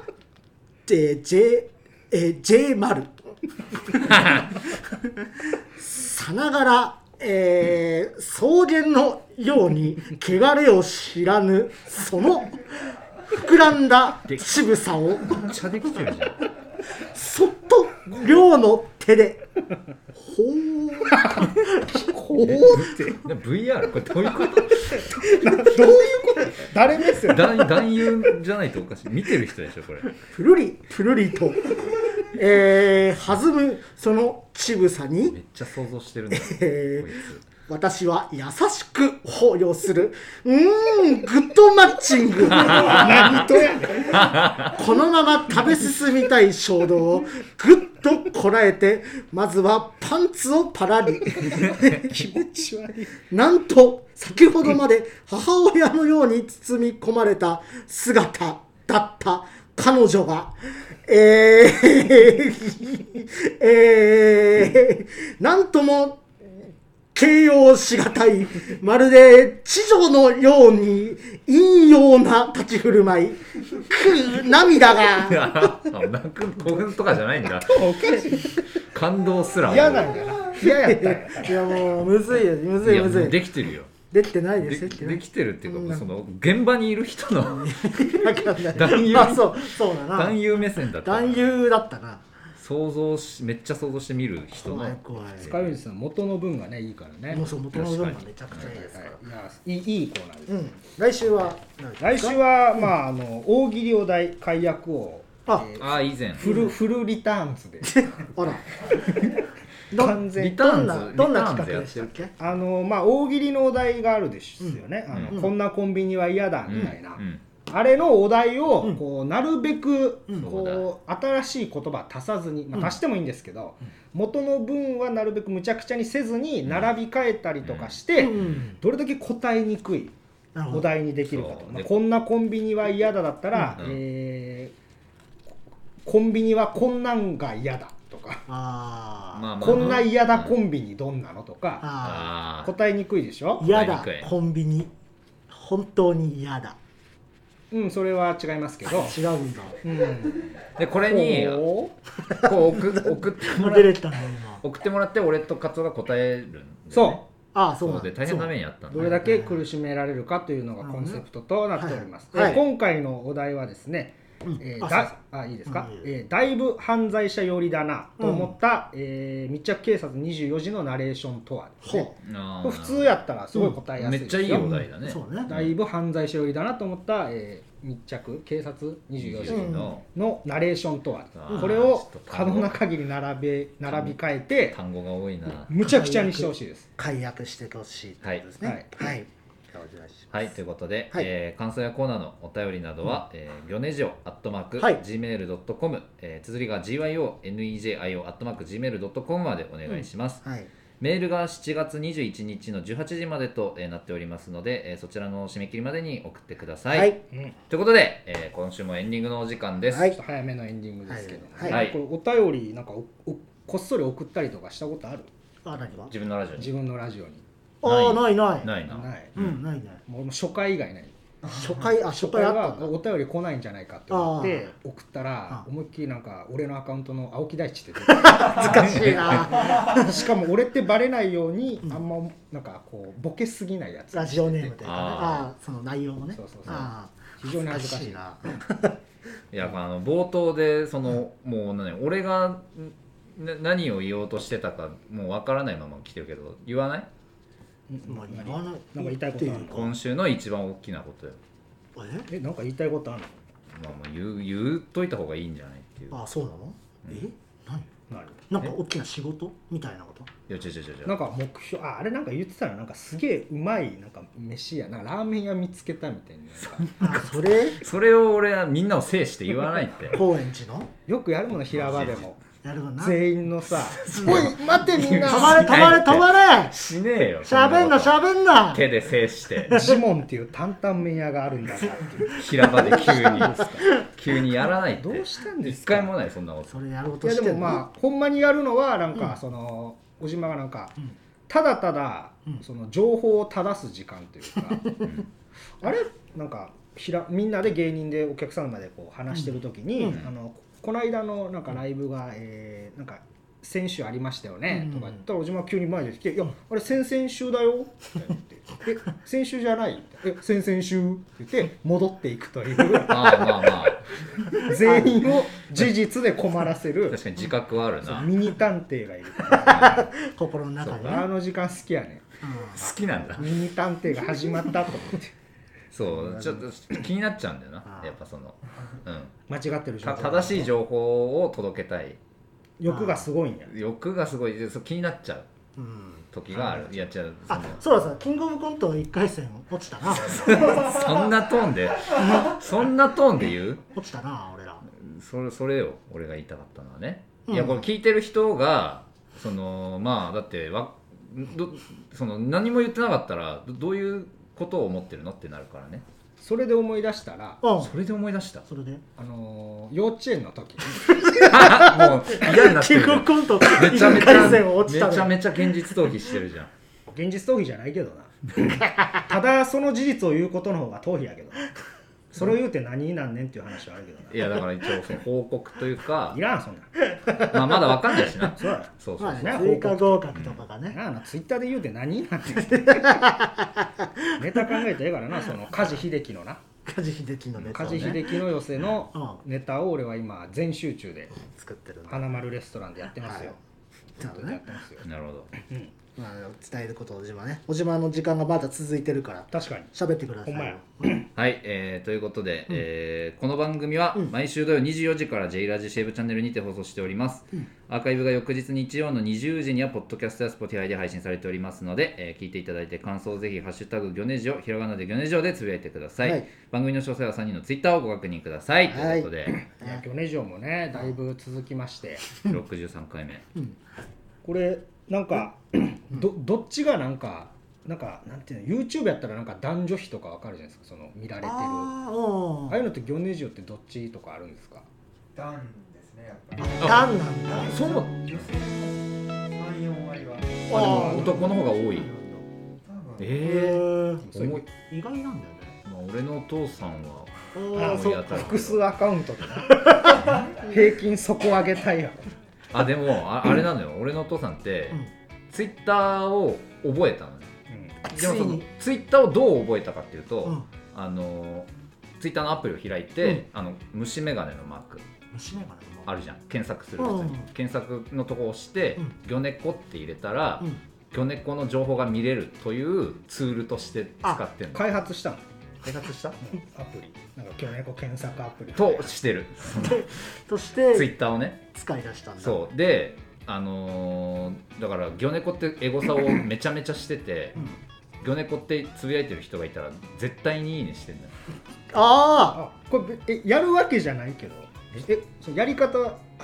[SPEAKER 1] えー、J えー、J マルさながら、えー、草原のように汚れを知らぬその膨らんだ渋さを
[SPEAKER 2] めっちゃできてるじゃん
[SPEAKER 1] そっと寮の手でほうほうって
[SPEAKER 2] で VR これどういうこと
[SPEAKER 3] どういうこと誰目線
[SPEAKER 2] 男男優じゃないとおかしい見てる人でしょこれ
[SPEAKER 1] プルリプルリと、えー、弾むそのちぶさ
[SPEAKER 2] め
[SPEAKER 1] に
[SPEAKER 2] っちゃ想像してるんだこい
[SPEAKER 1] え
[SPEAKER 2] つ
[SPEAKER 1] 私は優しく抱擁するうーんグッドマッチング
[SPEAKER 3] 何とやねん
[SPEAKER 1] このまま食べ進みたい衝動をグッとこらえてまずはパンツをパラリ
[SPEAKER 3] 気持ち悪い
[SPEAKER 1] なんと先ほどまで母親のように包み込まれた姿だった彼女が、えー えーなんとも形容しがたい、まるで地上のように陰陽な立ち振る舞い、く涙が。
[SPEAKER 2] あ泣く興奮とかじゃないんだ
[SPEAKER 3] おかしい
[SPEAKER 2] 感動すら
[SPEAKER 3] 嫌なんだな嫌やったん や
[SPEAKER 1] いやもうむずいよ、むず
[SPEAKER 2] い
[SPEAKER 1] い
[SPEAKER 2] や
[SPEAKER 1] むず
[SPEAKER 2] もうで
[SPEAKER 1] い。
[SPEAKER 2] きてるよ
[SPEAKER 1] できてないで、
[SPEAKER 2] です
[SPEAKER 1] できてな
[SPEAKER 2] で
[SPEAKER 1] い
[SPEAKER 2] き。てるっていうかもうその現場にいる人の
[SPEAKER 1] わかんない
[SPEAKER 2] 男優
[SPEAKER 1] あ、そう、そうだな
[SPEAKER 2] 男。優目線だった
[SPEAKER 1] 男優だったな。
[SPEAKER 2] 想像しめっちゃ想像して見る人の
[SPEAKER 1] 怖い怖い。
[SPEAKER 3] 塚口さん元の分がねいいからね
[SPEAKER 1] もうそう元の部分が
[SPEAKER 2] 確かに
[SPEAKER 1] めちゃくちゃいいですから。
[SPEAKER 3] はいいやいいいいコーナーです
[SPEAKER 1] うん。来週は何ですか
[SPEAKER 3] 来週は、まあ、あの大喜利お題解約王
[SPEAKER 1] あ
[SPEAKER 3] えー
[SPEAKER 2] ああ以前
[SPEAKER 3] フルフルリターンズで
[SPEAKER 1] あら。 ど
[SPEAKER 3] 完
[SPEAKER 2] リ
[SPEAKER 3] 全
[SPEAKER 2] タ
[SPEAKER 1] ど
[SPEAKER 2] ー
[SPEAKER 1] ん
[SPEAKER 2] ン
[SPEAKER 1] な
[SPEAKER 2] ズ
[SPEAKER 1] どんな
[SPEAKER 2] リターンズ
[SPEAKER 1] 企
[SPEAKER 2] や
[SPEAKER 1] 画
[SPEAKER 2] っ
[SPEAKER 1] でしてたっ
[SPEAKER 2] る
[SPEAKER 1] け？
[SPEAKER 3] あの、まあ、大喜利のお題があるですよね、あの
[SPEAKER 2] うん
[SPEAKER 3] こんなコンビニは嫌だみたいな、
[SPEAKER 2] うん
[SPEAKER 3] あれのお題
[SPEAKER 1] う
[SPEAKER 3] を
[SPEAKER 1] ん
[SPEAKER 3] こうなるべく
[SPEAKER 1] うん
[SPEAKER 3] こう新しい言葉足さずに、ま
[SPEAKER 1] うん
[SPEAKER 3] あ、足してもいいんですけど元の文はなるべくむちゃくちゃにせずに並び替えたりとかして
[SPEAKER 1] うん
[SPEAKER 3] どれだけ答えにくい
[SPEAKER 1] なるほど
[SPEAKER 3] お題にできるかと
[SPEAKER 2] そ、う
[SPEAKER 3] ま
[SPEAKER 2] で
[SPEAKER 3] あこんなコンビニは嫌だだったら、
[SPEAKER 2] うん
[SPEAKER 3] えーコンビニはこんなんが嫌だとか、
[SPEAKER 1] あー、
[SPEAKER 2] まあ
[SPEAKER 3] こんな嫌だコンビニどんなのとか、
[SPEAKER 1] あ
[SPEAKER 2] あー
[SPEAKER 3] 答えにくいでしょ
[SPEAKER 1] ー、嫌だ
[SPEAKER 2] 答えにくい
[SPEAKER 1] コンビニ本当に嫌だ
[SPEAKER 3] うんそれは違いますけど、
[SPEAKER 1] 違うんだ
[SPEAKER 3] うん、
[SPEAKER 2] でこれに
[SPEAKER 3] こ
[SPEAKER 2] こう送 送ってもら
[SPEAKER 1] 出れたんだ今
[SPEAKER 2] 送ってもらって俺とカツオが答えるんだよね
[SPEAKER 3] うそう
[SPEAKER 1] ああそう
[SPEAKER 2] そ
[SPEAKER 1] な
[SPEAKER 2] うんで
[SPEAKER 1] だ
[SPEAKER 2] 大変な目にあったん
[SPEAKER 3] ど
[SPEAKER 2] だ
[SPEAKER 3] れ
[SPEAKER 2] ね
[SPEAKER 3] だけ苦しめられるかというのがコンセプトとなっております。
[SPEAKER 1] はいはい
[SPEAKER 3] えー今回のお題はですね、
[SPEAKER 1] うん
[SPEAKER 3] えー
[SPEAKER 1] あ
[SPEAKER 3] だあいいですか、
[SPEAKER 1] うんいいよ
[SPEAKER 3] えーだいぶ犯罪者寄りだなと思った、えー密着警察24時のナレーションとはですね
[SPEAKER 1] ほ
[SPEAKER 2] あ
[SPEAKER 3] こ
[SPEAKER 2] ー
[SPEAKER 3] れ普通やったらすごい答えやすいですよ
[SPEAKER 2] めっちゃいいよお題だ
[SPEAKER 1] う
[SPEAKER 2] ね
[SPEAKER 1] そうね
[SPEAKER 3] だいぶ犯罪者寄りだなと思った、えー密着警察24
[SPEAKER 2] 24
[SPEAKER 3] 時
[SPEAKER 2] 時の
[SPEAKER 3] のナレーションとは、
[SPEAKER 2] うん
[SPEAKER 3] これを可能な限り並べ並び替えて
[SPEAKER 2] 単語が多いな
[SPEAKER 3] むちゃくちゃにしてほしいです。
[SPEAKER 1] 解約してほしいってことですねはい、はい、じゃあお願いします
[SPEAKER 2] はいということで、
[SPEAKER 1] はい
[SPEAKER 2] えー感想やコーナーのお便りなどは、えー、ギョネジオアットマーク
[SPEAKER 1] はい
[SPEAKER 2] gmail.com、えー、綴りが gyonejio アットマーク gmail.com までお願いします、
[SPEAKER 1] はい
[SPEAKER 2] メールが7月21日の18時までと、えーなっておりますので、えーそちらの締め切りまでに送ってください、
[SPEAKER 1] はい
[SPEAKER 3] うん
[SPEAKER 2] ということで、えー今週もエンディングのお時間です、
[SPEAKER 1] は
[SPEAKER 3] ち
[SPEAKER 1] い
[SPEAKER 3] ょっと早めのエンディングですけど、
[SPEAKER 1] はい
[SPEAKER 2] はい
[SPEAKER 3] これお便りなんかおおこっそり送ったりとかしたことある
[SPEAKER 1] あ何は
[SPEAKER 2] 自分のラジオ
[SPEAKER 3] 自
[SPEAKER 2] に
[SPEAKER 3] 分のラジオに
[SPEAKER 1] ああないない
[SPEAKER 2] ないな
[SPEAKER 3] ない
[SPEAKER 1] うんないない
[SPEAKER 3] もう初回以外ない
[SPEAKER 1] 初回あ初回あったんだ
[SPEAKER 3] お便り来ないんじゃないかって思って送ったら
[SPEAKER 1] あ
[SPEAKER 3] 思いっきりなんか俺のアカウントの青木大地って出て
[SPEAKER 1] 難しいな
[SPEAKER 3] たしかも俺ってバレないように
[SPEAKER 1] うん
[SPEAKER 3] あんまなんかこうボケすぎないやつ
[SPEAKER 1] ラジオネームというかねあ
[SPEAKER 2] あ
[SPEAKER 1] あその内容もね
[SPEAKER 3] そうそうそう
[SPEAKER 1] ああ
[SPEAKER 3] 非常に恥ずかしい
[SPEAKER 1] 難
[SPEAKER 2] いやあの冒頭でその、もう何俺がんな何を言おうとしてたかもうわからないまま来てるけど言わない
[SPEAKER 3] うん
[SPEAKER 1] もう言わない
[SPEAKER 3] なんか言いたいことある
[SPEAKER 1] 言っ
[SPEAKER 2] 今週の一番大きなことよ、
[SPEAKER 1] え
[SPEAKER 3] えなんか言いたいことある
[SPEAKER 2] まあ、もう言う言っといた方がいいんじゃないっていう
[SPEAKER 1] ああそうなの
[SPEAKER 2] うん
[SPEAKER 1] え何
[SPEAKER 3] の何
[SPEAKER 1] なんか大きな仕事みたいなこと
[SPEAKER 2] いや違う違う違う違
[SPEAKER 3] な
[SPEAKER 2] うん
[SPEAKER 3] か目標ああれなんか言ってたらなんかすげえうまいなんか飯やなんかラーメン屋見つけたみたいな
[SPEAKER 1] あそれ
[SPEAKER 2] それを俺はみんなを制して言わないって
[SPEAKER 1] 高円寺の
[SPEAKER 3] よくやるもの平場でも
[SPEAKER 1] やるわな
[SPEAKER 3] 全員のさ「 おい待ってみんな
[SPEAKER 1] たまれたまれたまれ
[SPEAKER 2] しねえよ
[SPEAKER 1] しゃべんなし
[SPEAKER 2] そ
[SPEAKER 1] ゃべんな
[SPEAKER 2] こと手で制して
[SPEAKER 3] ジモンっていう担々麺屋があるんだなっていう
[SPEAKER 2] 平場で急に急にやらないって
[SPEAKER 3] どうしたんです
[SPEAKER 2] 一
[SPEAKER 3] か
[SPEAKER 2] 回もないそんなこと
[SPEAKER 1] それやろう
[SPEAKER 3] い
[SPEAKER 1] と
[SPEAKER 3] や
[SPEAKER 1] して
[SPEAKER 3] で
[SPEAKER 1] ん
[SPEAKER 3] も
[SPEAKER 1] の
[SPEAKER 3] まあほんまにやるのはなん
[SPEAKER 1] うん
[SPEAKER 3] かその小島がなんか
[SPEAKER 1] うん
[SPEAKER 3] ただただ
[SPEAKER 1] うん
[SPEAKER 3] その情報を正す時間というか
[SPEAKER 2] うん
[SPEAKER 3] あれなんかひらみんなで芸人でお客さんまでこう話してる時に、
[SPEAKER 1] うん
[SPEAKER 3] あのこの間のなんかライブが、えーなんか先週ありましたよね、
[SPEAKER 1] うん
[SPEAKER 3] とか言ったら小島急に前で来て「いやあれ先々週だよ」って言って「え先週じゃない?」え先々週」って言って戻っていくという
[SPEAKER 2] まあまあまあ
[SPEAKER 3] 全員を事実で困らせる
[SPEAKER 2] 確かに自覚はあるな
[SPEAKER 3] ミニ探偵がいるから
[SPEAKER 1] 心の中にね
[SPEAKER 3] あの時間好きやね
[SPEAKER 1] うん
[SPEAKER 2] 好きなんだ
[SPEAKER 3] ミニ探偵が始まったと思って
[SPEAKER 2] そうちょっと気になっちゃうんだよな
[SPEAKER 1] あー
[SPEAKER 2] やっぱその、うん、
[SPEAKER 3] 間違ってる
[SPEAKER 2] た正しい情報を届けたい
[SPEAKER 3] 欲がすごいんや
[SPEAKER 2] 欲がすごいでそう気になっちゃう
[SPEAKER 1] うん
[SPEAKER 2] 時があるいや違うそ
[SPEAKER 1] あ
[SPEAKER 2] の
[SPEAKER 1] そうだそうだキングオブコント1回戦落ちたな
[SPEAKER 2] そんなトーンでそんなトーンで言う
[SPEAKER 1] 落ちたな俺ら
[SPEAKER 2] それそれよ俺が言いたかったのはね、
[SPEAKER 1] うん
[SPEAKER 2] いやこれ聞いてる人がそのまあだってわどその何も言ってなかったらどどういうことを思ってるのってなるからね
[SPEAKER 3] それで思い出したら
[SPEAKER 1] うん
[SPEAKER 2] それで思い出した
[SPEAKER 1] それで
[SPEAKER 3] あのー幼稚園の時に
[SPEAKER 2] もう嫌 になっ
[SPEAKER 1] キ
[SPEAKER 2] て
[SPEAKER 1] ン
[SPEAKER 2] る
[SPEAKER 1] グオブコント
[SPEAKER 2] めちゃめ
[SPEAKER 1] 1
[SPEAKER 2] ちゃ
[SPEAKER 1] 回
[SPEAKER 2] め
[SPEAKER 1] 戦落ちた
[SPEAKER 2] ちゃ
[SPEAKER 1] の
[SPEAKER 2] めちゃ現実逃避してるじゃん
[SPEAKER 3] 現実逃避じゃないけどなただその事実を言うことの方が逃避やけどなそれを言うて何なんねんっていう話はあるけどない
[SPEAKER 2] やだから一応その報告というか
[SPEAKER 3] い、らんそんなん
[SPEAKER 2] まあ、まだわかんないしな
[SPEAKER 3] そうだ
[SPEAKER 2] そうそ
[SPEAKER 1] ま
[SPEAKER 2] う
[SPEAKER 1] あ
[SPEAKER 2] そう
[SPEAKER 1] ね追加合格とかがね
[SPEAKER 3] なあなツイッターで言うて何なんねんネタ考えてええからなその梶秀樹のな
[SPEAKER 1] 梶秀樹のネタを
[SPEAKER 3] 梶
[SPEAKER 1] ね
[SPEAKER 3] 秀樹の寄せの
[SPEAKER 1] う
[SPEAKER 3] ネタを俺は今全集中で
[SPEAKER 1] 作ってるんだ
[SPEAKER 3] 花丸レストランでやってますよ
[SPEAKER 1] なる
[SPEAKER 3] ず
[SPEAKER 1] ほど
[SPEAKER 3] っとやっ
[SPEAKER 1] ね
[SPEAKER 3] てますよ
[SPEAKER 2] なるほど
[SPEAKER 1] うまあ、伝えることを自慢ね小島の時間がまだ続いてるから
[SPEAKER 3] 確かに
[SPEAKER 1] 喋ってくださ
[SPEAKER 3] ほ
[SPEAKER 1] い
[SPEAKER 3] んまや
[SPEAKER 2] はい、えーということで、えーこの番組は
[SPEAKER 1] うん
[SPEAKER 2] 毎週土曜24時から J ラジシェーブチャンネルにて放送しております、アーカイブが翌日日曜の20時にはポッドキャストや Spotify で配信されておりますので、えー聞いていただいて感想をぜひ「ハッシュタグギョネジオ」ひらがなでギョネジオでつぶやいてください、
[SPEAKER 1] はい
[SPEAKER 2] 番組の詳細は3人の Twitter をご確認ください、ということで
[SPEAKER 3] いや去年以上もねだいぶ続きまして
[SPEAKER 2] 63回目
[SPEAKER 3] これなんかどどっちがなんかなんかなんていうの YouTube やったらなんか男女比とかわかるじゃないですかその見られてるあ
[SPEAKER 1] あー
[SPEAKER 3] あいうのってギョネジオってどっちとかあるんですか
[SPEAKER 5] ダンですねやっぱり
[SPEAKER 1] うんダンなんだ
[SPEAKER 2] そうあ
[SPEAKER 5] 女性の34割は
[SPEAKER 1] あ
[SPEAKER 2] でも男の方が多い
[SPEAKER 5] 多分
[SPEAKER 2] えー
[SPEAKER 1] え
[SPEAKER 3] そういう
[SPEAKER 2] 重い
[SPEAKER 1] 意外なんだよね
[SPEAKER 2] まあ、俺のお父さんは
[SPEAKER 1] あ
[SPEAKER 2] あ
[SPEAKER 1] あ
[SPEAKER 2] ー
[SPEAKER 1] そ
[SPEAKER 2] そうう
[SPEAKER 1] か
[SPEAKER 2] か
[SPEAKER 3] 複数アカウントでな平均底上げたいや
[SPEAKER 2] あでもああれなのよ俺のお父さんって、
[SPEAKER 1] うん
[SPEAKER 2] Twitter を覚えたのよでもそ
[SPEAKER 1] つい
[SPEAKER 2] の
[SPEAKER 1] に
[SPEAKER 2] ツイッターをどう覚えたかっていうと、
[SPEAKER 1] うん
[SPEAKER 2] あのツイッターのアプリを開いて、あの虫眼鏡のマーク
[SPEAKER 1] 虫眼鏡
[SPEAKER 2] あるじゃん検索するやつに、
[SPEAKER 1] うん
[SPEAKER 2] 検索のとこを押して
[SPEAKER 1] うん
[SPEAKER 2] 「魚、猫、って入れたら、
[SPEAKER 1] うん
[SPEAKER 2] 魚猫の情報が見れるというツールとして使ってるの
[SPEAKER 3] 開発したの
[SPEAKER 1] 開発した
[SPEAKER 3] アプリなんかギョネコ検索アプリ
[SPEAKER 2] としてる
[SPEAKER 1] そし
[SPEAKER 2] ツイ
[SPEAKER 1] て
[SPEAKER 2] ッターをね
[SPEAKER 1] 使い出したんだ
[SPEAKER 2] そうであのーだから魚猫ってエゴ サをめちゃめちゃしてて
[SPEAKER 1] うん
[SPEAKER 2] 魚猫ってつぶやいてる人がいたら絶対に「いい ね」してんだよ
[SPEAKER 1] あ
[SPEAKER 3] あこれえやるわけじゃないけどえそのやり方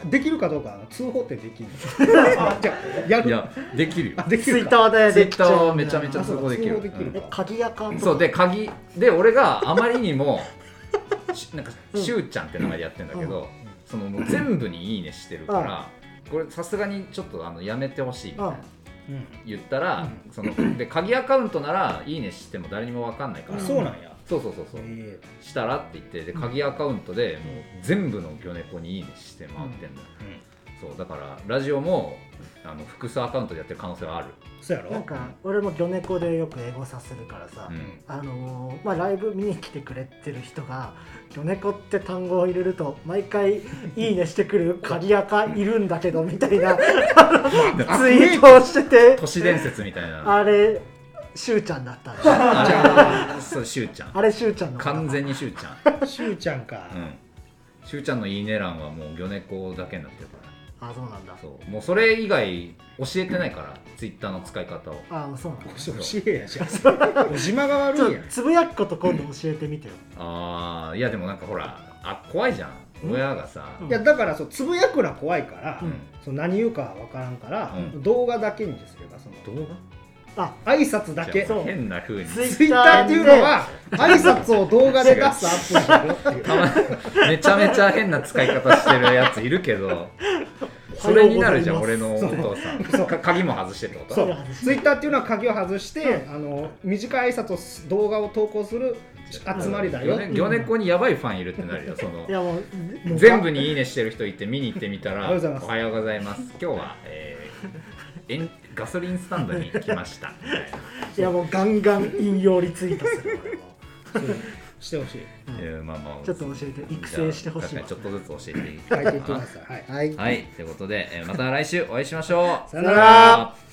[SPEAKER 3] できるかどうか通報ってできる じゃあやる
[SPEAKER 2] いやできるよ
[SPEAKER 3] あで
[SPEAKER 1] あ
[SPEAKER 3] き
[SPEAKER 1] ツイ
[SPEAKER 3] る
[SPEAKER 1] ッ
[SPEAKER 3] か
[SPEAKER 1] ターで
[SPEAKER 2] ツイ
[SPEAKER 1] で
[SPEAKER 2] ッ
[SPEAKER 1] き
[SPEAKER 2] ターはめちゃめち
[SPEAKER 1] ゃ
[SPEAKER 2] ゃ
[SPEAKER 3] あそ
[SPEAKER 2] 通
[SPEAKER 3] うか
[SPEAKER 2] 報できる
[SPEAKER 3] 通報でき
[SPEAKER 2] う
[SPEAKER 3] る
[SPEAKER 1] え鍵アカ
[SPEAKER 2] ん
[SPEAKER 1] と
[SPEAKER 2] そう
[SPEAKER 1] で
[SPEAKER 2] で鍵で俺があまりに もしなんかしゅうちゃんって名前でやってんだけど、そのもう全部に「いいね」してるから、これさすがにちょっとあのやめてほしいみたいな
[SPEAKER 1] うん
[SPEAKER 3] うん
[SPEAKER 2] 言ったら、そので鍵アカウントなら「いいね」しても誰にも分かんないか
[SPEAKER 3] あ
[SPEAKER 2] ら、
[SPEAKER 3] そうなんや
[SPEAKER 2] そうそうそうそう
[SPEAKER 3] え
[SPEAKER 2] したらって言ってで鍵アカウントでもう全部の魚猫に「いいね」して回ってんだよ、
[SPEAKER 3] えうん
[SPEAKER 2] そうだからラジオもあの複数アカウントでやってる可能性はある、
[SPEAKER 3] そうやろ
[SPEAKER 1] なんか俺も魚猫でよくエゴサするからさ、
[SPEAKER 2] うん
[SPEAKER 1] あのーまあ、ライブ見に来てくれてる人が「魚猫」って単語を入れると毎回「いいね」してくる「鍵アカいるんだけど」みた いなツイートをしてて
[SPEAKER 2] 都市伝説みたいな
[SPEAKER 1] あれしゅうちゃんだったん だ
[SPEAKER 2] あれはそうしゅうちゃん
[SPEAKER 1] あれしゅうちゃんのこと
[SPEAKER 2] 完全にしゅうちゃん、
[SPEAKER 3] しゅうちゃんか、
[SPEAKER 2] うん、しゅうちゃんの「いいね」欄はもう魚猫だけになってるか
[SPEAKER 1] あそうなんだ
[SPEAKER 2] らそうもうそれ以外教えてないからツイッターの使い方を
[SPEAKER 1] あそうなんだ
[SPEAKER 3] し教えやじゃあ小島が
[SPEAKER 1] ちょ
[SPEAKER 3] 悪いや
[SPEAKER 1] っとつぶやくこと今度教えてみてよ、
[SPEAKER 2] ああいやでもなんかほらあ怖いじゃん親がさ、
[SPEAKER 3] んいやだからそうつぶやくのは怖いから、
[SPEAKER 2] うん
[SPEAKER 3] そう何言うかは分からんから、
[SPEAKER 2] うん
[SPEAKER 3] 動画だけにすればその
[SPEAKER 2] 動
[SPEAKER 1] あ
[SPEAKER 3] 挨拶だ
[SPEAKER 2] 画
[SPEAKER 3] け
[SPEAKER 2] じゃ
[SPEAKER 1] そ
[SPEAKER 2] あ
[SPEAKER 1] う
[SPEAKER 2] 変なふうに
[SPEAKER 1] ツイ
[SPEAKER 3] ツイッターっていうのは挨拶を動画で出すアプリだよっていう
[SPEAKER 2] めちゃめちゃ変な使い方してるやついるけどそれになるじゃん
[SPEAKER 1] おはよ
[SPEAKER 2] 俺
[SPEAKER 1] うござい
[SPEAKER 2] の
[SPEAKER 1] ま
[SPEAKER 2] お
[SPEAKER 1] す
[SPEAKER 2] 父さん
[SPEAKER 3] そう
[SPEAKER 2] か鍵も外してってこと
[SPEAKER 3] そうツイッターっていうのは鍵を外して、あの短い挨拶をす動画を投稿する集まりだよっていう
[SPEAKER 2] 魚猫にやばいファンいるってなるよその
[SPEAKER 1] いやもうもう
[SPEAKER 2] 全部に「いいね」してる人いて見に行ってみたら「
[SPEAKER 3] おはようございます
[SPEAKER 2] おはようございます今日は、えーエンガソリンスタンドに来ました」みたい
[SPEAKER 1] いやもうガンガン引用リツイートする俺も
[SPEAKER 3] そうしてほしい
[SPEAKER 2] な、えーまあまあ、
[SPEAKER 1] ちょっと教えて育成してほしい
[SPEAKER 2] じゃ
[SPEAKER 1] わ
[SPEAKER 2] あちょっとずつ教えていき
[SPEAKER 3] 書
[SPEAKER 2] た
[SPEAKER 3] い
[SPEAKER 2] い
[SPEAKER 3] ていって
[SPEAKER 2] か
[SPEAKER 3] くだ
[SPEAKER 2] な
[SPEAKER 3] さい、はい
[SPEAKER 1] はい
[SPEAKER 2] はいということで、えーまた来週お会いしましょう
[SPEAKER 3] さよなら